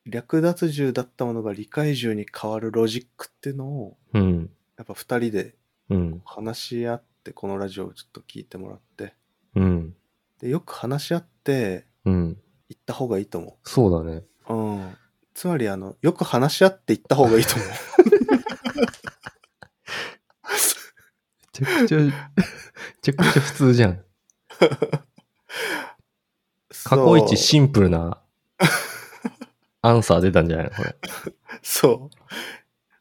S2: 略奪獣だったものが理解獣に変わるロジックっていうのを、
S1: うん。
S2: やっぱ二人で
S1: うん。
S2: 話し合って、このラジオをちょっと聞いてもらって、
S1: うん。
S2: で、よく話し合って、
S1: うん。
S2: 行った方がいいと思う。
S1: そうだね。
S2: うん。つまり、あの、よく話し合って行った方がいいと 思う。
S1: めちゃくちゃ、めちゃくちゃ普通じゃん。過去一シンプルなアンサー出たん じゃないのこれ。
S2: そう。そう。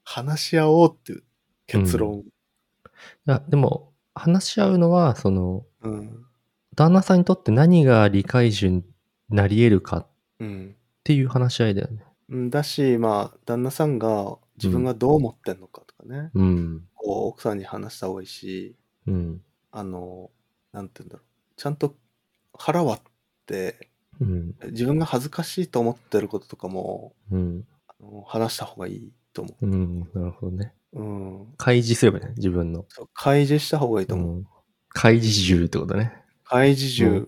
S2: 話し合おうっていう結論。
S1: いや、でも、話し合うのは、その、
S2: うん。
S1: 旦那さんにとって何が理解順になり得るかっ
S2: うん。
S1: ていう話し合いだよね。
S2: うん、だし、まあ、旦那さんが自分がどう思ってんのかとかね、
S1: うん。
S2: こう、奥さんに話した方がいいし、
S1: うん。
S2: あの、なんて言うんだろう。ちゃんと腹割って、
S1: うん。
S2: 自分が恥ずかしいと思ってることとかも、
S1: うん。
S2: あの話した方がいいと思
S1: うん。なるほどね。
S2: う。うん。
S1: 開示すればいいね、自分の。
S2: そう開示した方がいいと思
S1: う
S2: う。
S1: ん開示獣ってことね。
S2: 怪獣、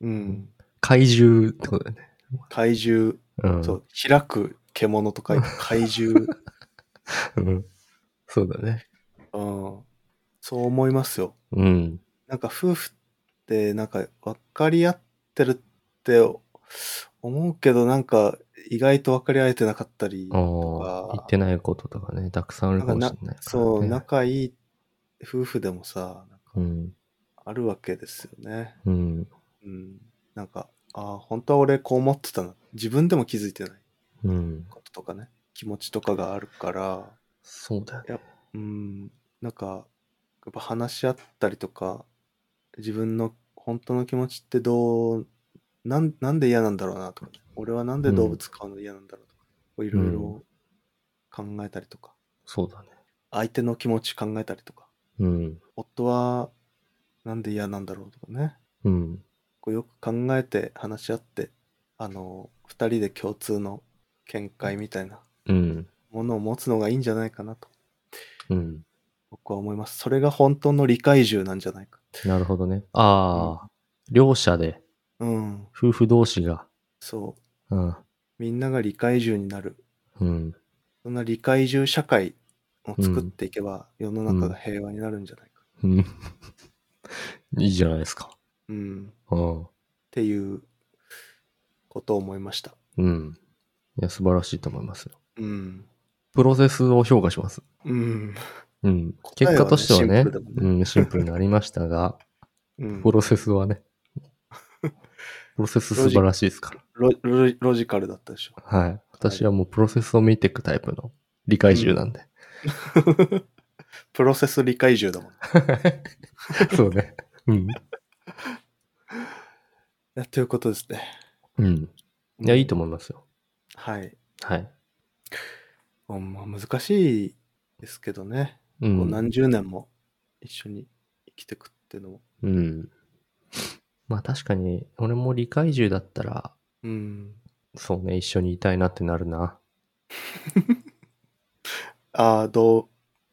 S2: うん、
S1: 怪獣ってことだよね。
S2: 怪獣、
S1: うん。
S2: そう、開く獣と書いて怪獣、
S1: うん。そうだね。
S2: うん、そう思いますよ。
S1: うん。
S2: なんか夫婦ってなんか分かり合ってるって思うけどなんか意外と分かり合えてなかったり
S1: ああ、言
S2: と
S1: っ
S2: か、
S1: てないこととかね、たくさんあるかもしれないから、ね。
S2: そう、仲いい夫婦でもさ、なんか
S1: うん。
S2: あるわけですよね。
S1: うん。
S2: うん、なんか、ああ、本当は俺こう思ってたな。自分でも気づいてない
S1: うん。
S2: こととかね、気持ちとかがあるから、
S1: そうだよね。
S2: うん、なんか、やっぱ話し合ったりとか、自分の本当の気持ちってどう、なんなんで嫌なんだろうなとかね、俺はなんで動物飼うの嫌なんだろうとか、こういろいろ考えたりとか、
S1: そうだね。
S2: 相手の気持ち考えたりとか、
S1: うん。
S2: 夫はなんで嫌なんだろうとかね、
S1: うん。
S2: こうよく考えて話し合って、あの、二人で共通の見解みたいな
S1: うん。
S2: ものを持つのがいいんじゃないかなと、
S1: うん。
S2: 僕は思います。それが本当の理解獣なんじゃないか。
S1: なるほどね。ああ、両者で、
S2: うん、
S1: 夫婦同士が、
S2: そう。
S1: うん。
S2: みんなが理解獣になる。
S1: うん。
S2: そんな理解獣社会を作っていけば、世の中が平和になるんじゃないか。
S1: うん。 いいじゃないですか。
S2: うん、っ
S1: うん。
S2: ていうことを思いました。
S1: うん。いや、素晴らしいと思いますよ。
S2: うん。
S1: プロセスを評価します。
S2: うん。
S1: うん。
S2: 答え
S1: 結
S2: はね
S1: 果としては
S2: シン
S1: ね、
S2: プルだもん
S1: うん、シンプルになりましたが、
S2: うん
S1: プロセスは ね、プロセス素晴らしいですから。
S2: ロロロジカルだったでしょ。
S1: はい。私はもうプロセスを見ていくタイプの理解中なんで。
S2: プロセス理解獣だもん。
S1: そうね。うん。
S2: いや ということですね。
S1: うん。いや、いいと
S2: 思
S1: 思いますよ。
S2: う。はい。
S1: はい。
S2: うんまあ、難しいですけどね。
S1: う。
S2: こうん何十年も一緒に生きてくっていうのも。
S1: うん。まあ確かに、俺も理解中だったら、
S2: うん。
S1: そうね、一緒にいたいなってなるな。
S2: ああ、動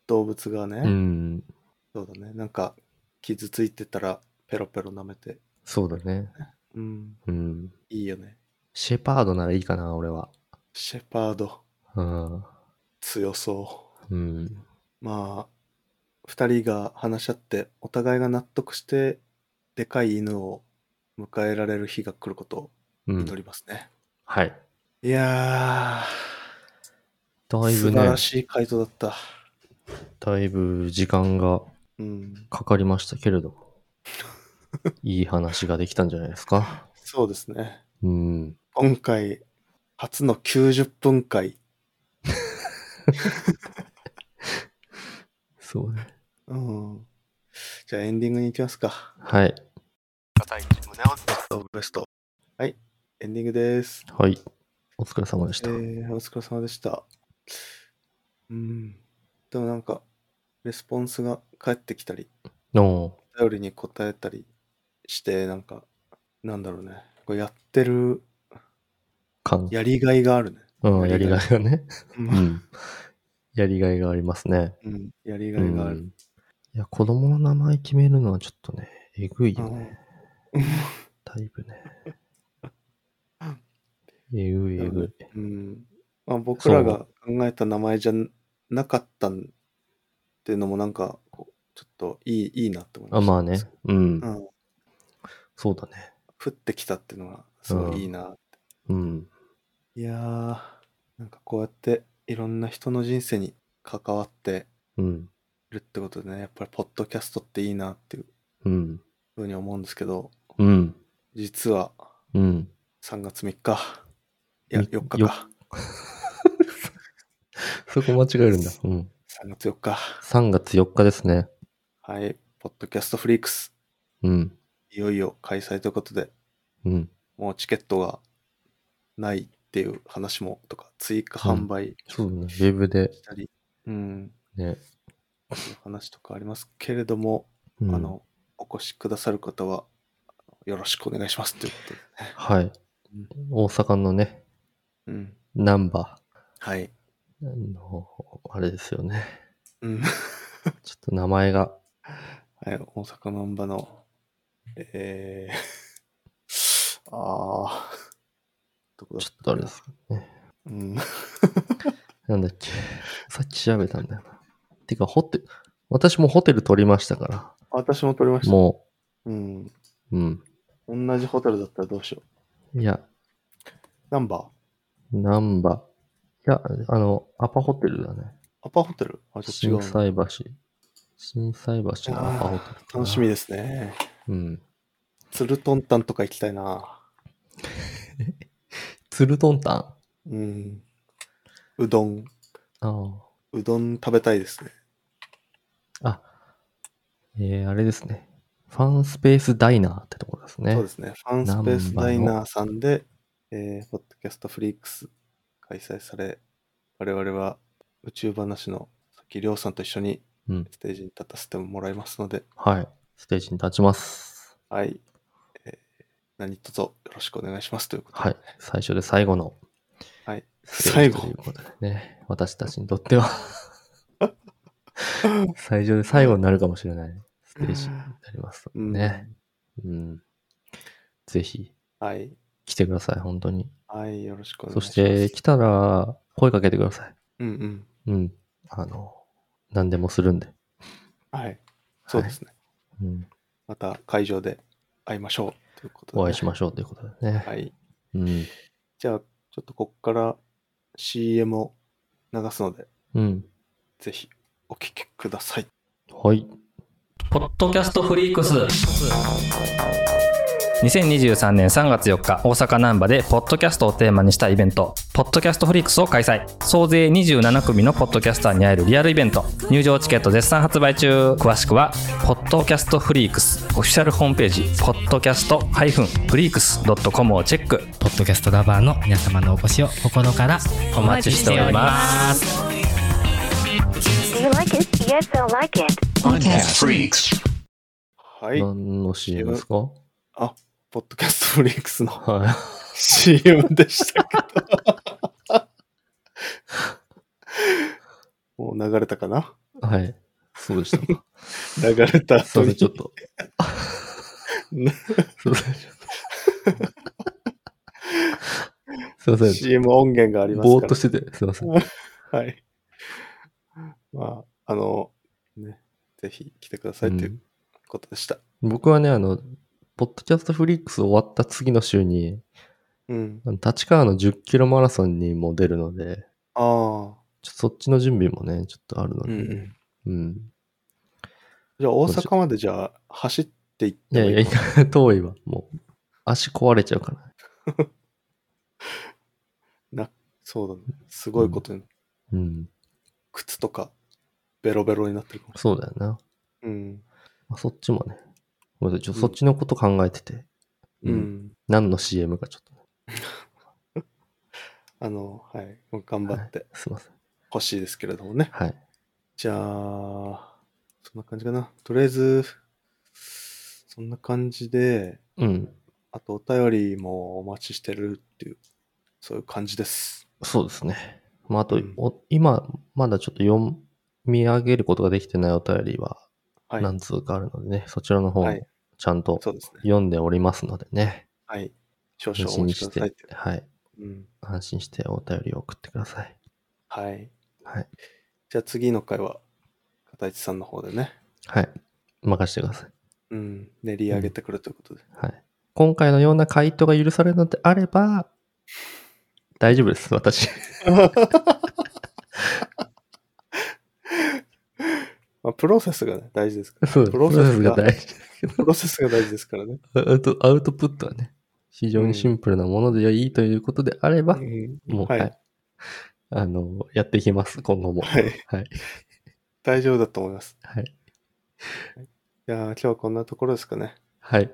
S2: 動物がね。
S1: うん。
S2: そうだね。なんか、傷ついてたら、ペロペロ舐めて。
S1: そうだね。
S2: うん。
S1: うん。
S2: いいよね。
S1: シェパードならいいかな、俺は。
S2: シェパード、
S1: うん。
S2: 強そ
S1: うん。
S2: う。まあ、二人が話し合って、お互いが納得して、でかい犬を迎えられる日が来ることを
S1: うん
S2: 祈。りますね。
S1: はい。
S2: いや
S1: だ
S2: ー、
S1: い
S2: 素
S1: ぶ
S2: 晴
S1: ね
S2: ら、しい回答だった。
S1: だいぶ時間が
S2: うん、
S1: かかりましたけれど も、いい話ができたんじゃないですか。
S2: そうですね。
S1: うん。
S2: 今回、初の90分回。
S1: そうね。
S2: うん。じゃあエンディングに行きますか。
S1: はい。
S2: ベスト。はい、エンディングです。
S1: はい。お疲れ様でした。
S2: えーお疲れ様でした。うん。でもなんか、レスポンスが返ってきたり、
S1: の
S2: お便りに答えたりして、なんか、なんだろうね。こうやってる
S1: 感
S2: やりがいがあるね。
S1: うん、やりがいがね。
S2: う
S1: う。ん。 やりがいがありますね。
S2: うん、やり
S1: う
S2: がいがある。
S1: ん。いや、子供の名前決めるのはちょっとね、えぐいよね。だいぶね。 えぐいえぐい。
S2: うん。まあ、僕らが考えた名前じゃなかったんっていうのもなんか、こうちょっといい、いいなって思いま
S1: あ、
S2: した。
S1: まあね。うん
S2: う。ん。
S1: そうだね。
S2: 降ってきたっていうのは、すごいいいな。
S1: うん。
S2: いやー、なんかこうやっていろんな人の人生に関わって
S1: うん。
S2: るってことでね、やっぱりポッドキャストっていいなっていう
S1: うん。
S2: ふうに思うんですけど、
S1: うん。
S2: 実は
S1: うん。
S2: 3月3日、いや、
S1: み
S2: 4日
S1: よ
S2: か。
S1: そこ間違え るんだ。うん。
S2: 3月4日。
S1: 3月4日ですね。
S2: はい、ポッドキャストフリークス。
S1: うん。
S2: いよいよ開催ということで、
S1: うん。
S2: もうチケットがないっていう話もとか、追加販売
S1: そうだね。ウェブで
S2: したり、うん、
S1: ね。
S2: いう話とかありますけれども、
S1: うん
S2: あ、の、お越しくださる方は、よろしくお願いしますということで ね。
S1: はい。大阪のね、
S2: うん。
S1: ナンバ
S2: は
S1: ー。
S2: い。
S1: あの、あれですよね。
S2: うん。
S1: ちょっと名前が、
S2: はい、大阪のんばの、えー、 あー、どこだ
S1: ちょっとあれですけどね。
S2: うん。
S1: なんだっけ。さっき調べたんだよな。てか、ホテル、私もホテル取りましたか
S2: 私も撮りま
S1: ら。
S2: した。
S1: も
S2: うん。
S1: う、うん。
S2: 同じホテルだったらどうしよう。
S1: いや、
S2: ナンバー
S1: ナンバー。いや、あの、アパホテルだね。
S2: アパホテルあ、じゃ
S1: 心
S2: あ違うな。
S1: 斎橋。心斎橋のアパホテル。
S2: 楽しみ。ですね。
S1: うん。
S2: ツルトンタンとか行きたいな。
S1: ツルトンタン。あ
S2: うん。うどん。
S1: あ。
S2: うどん食べたいですね。
S1: あ、えー、あれですね。ファンスペースダイナーってところですね。
S2: そうですね。ファンスペースダイナーさんで、えー、ポッドキャストフリークス開催され、我々は宇宙話のさっきりょうさんと一緒に
S1: うん
S2: ステージに立たせてもらいますので、
S1: はい。ステージに立ちます。
S2: はい、えー何卒よろしくお願いしますということで、
S1: はい。最初で最後の
S2: はい、
S1: ステー
S2: 最
S1: ジと
S2: 後
S1: い、うことでね。私たちにと っては、最初で最後になるかもしれないステージになります
S2: うん
S1: ね。うん。ぜひ
S2: はい、
S1: 来てください、本当に。
S2: はい、よろしくお願いし
S1: そ
S2: ます。
S1: して来たら声かけてください。
S2: うんうん、
S1: うん。あの、何でもするんで。
S2: はい、そうですね。
S1: うん。
S2: また会場で会いましょうということで、
S1: お会いしましょうということでね。
S2: はい、
S1: うん。
S2: じゃあ、ちょっとこっから CM を流すので、
S1: うん。
S2: ぜひお聞きください。
S1: はい。
S3: ポッドキャストフリークス2023年3月4日大阪難波でポッドキャストをテーマにしたイベントポッドキャストフリークスを開催総勢27組のポッドキャスターに会えるリアルイベント入場チケット絶賛発売中詳しくはポッドキャストフリークスオフィシャルホームページ podcast-freaks.com をチェック
S4: ポッドキャストラバーの皆様のお越しを心から
S3: お待ちしております
S5: Do you like it? Yes, I like it.
S6: Podcast Freaks.
S2: はい、
S1: 何の CM ですか
S2: ポッドキャストフリークスの
S1: は。
S2: CM でしたけ ど。もう流れたかない
S1: はい。そうでしたか。
S2: 流れた
S1: すいませ
S2: 後
S1: ん、
S2: に
S1: ちょっ と。
S2: な
S1: すいません、ちょっと。すいません。
S2: CM 音源があります
S1: ぼー
S2: から。
S1: っとしてて、すいません。
S2: はい。まあ、あの、ね、ぜひ来てくださいということでした。
S1: 僕はね、あの、ポッドキャストフリックス終わった次の週に、
S2: うん。
S1: 立川の10キロマラソンにも出るので、
S2: ああ。
S1: ちょそっちの準備もね、ちょっとあるの
S2: う
S1: で、
S2: んう
S1: うん
S2: ん。じゃあ大阪までじゃあ走っていっ
S1: い
S2: て
S1: や
S2: もい
S1: い
S2: い
S1: や、意 外と遠いわ。もう、足壊れちゃうから。
S2: そうだね。すごいことに、
S1: うん。
S2: 靴とかベロベロになってるかもし
S1: そうだよな。
S2: れない。うん。
S1: まあ、そっちもね。ごめんなさいちょそっちのこと考えてて。
S2: うん。
S1: 何の CM かちょっとね、
S2: あの、はい。もう頑張って
S1: すいません。
S2: ほしいですけれどもね。
S1: はい。
S2: じゃあ、そんな感じかな。とりあえず、そんな感じで、
S1: うん。
S2: あとお便りもお待ちしてるっていう、そういう感じです。
S1: そうですね。まあ、あと、
S2: うん
S1: お今、まだちょっと読み上げることができてないお便りは、
S2: はい。
S1: 何通かあるのでね、そちらの方も
S2: はい
S1: ちゃんと
S2: そうですね。
S1: 読んでおりますのでね、
S2: はい。少
S1: 安
S2: 々お
S1: 心
S2: 待ち
S1: し
S2: くださいってて、
S1: はい、
S2: いう。うん。
S1: 安心してお便りを送ってください。
S2: はい。
S1: はい。
S2: じゃあ次の回は、片市さんの方でね、
S1: はい。任せてください。
S2: うん、練り上げてくるということで。
S1: はい。今回のような回答が許されるのであれば、大丈夫です、 私。
S2: まあ、プロセスが、ね、大事ですから。
S1: そう
S2: プロセスが
S1: プロセス
S2: プロセスが大事ですからね。
S1: が大事。アウトアウトプットはね、非常にシンプルなものでいいということであれば、
S2: うん
S1: もう、は
S2: は
S1: いい、あの、やっていきます、今後も。
S2: はい
S1: はい。
S2: 大丈夫だと思います。
S1: はい。
S2: じゃあ今日はこんなところですかね。
S1: はい。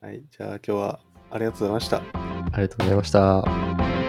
S2: はい。じゃあ今日はありがとうございました。
S1: ありがとうございました。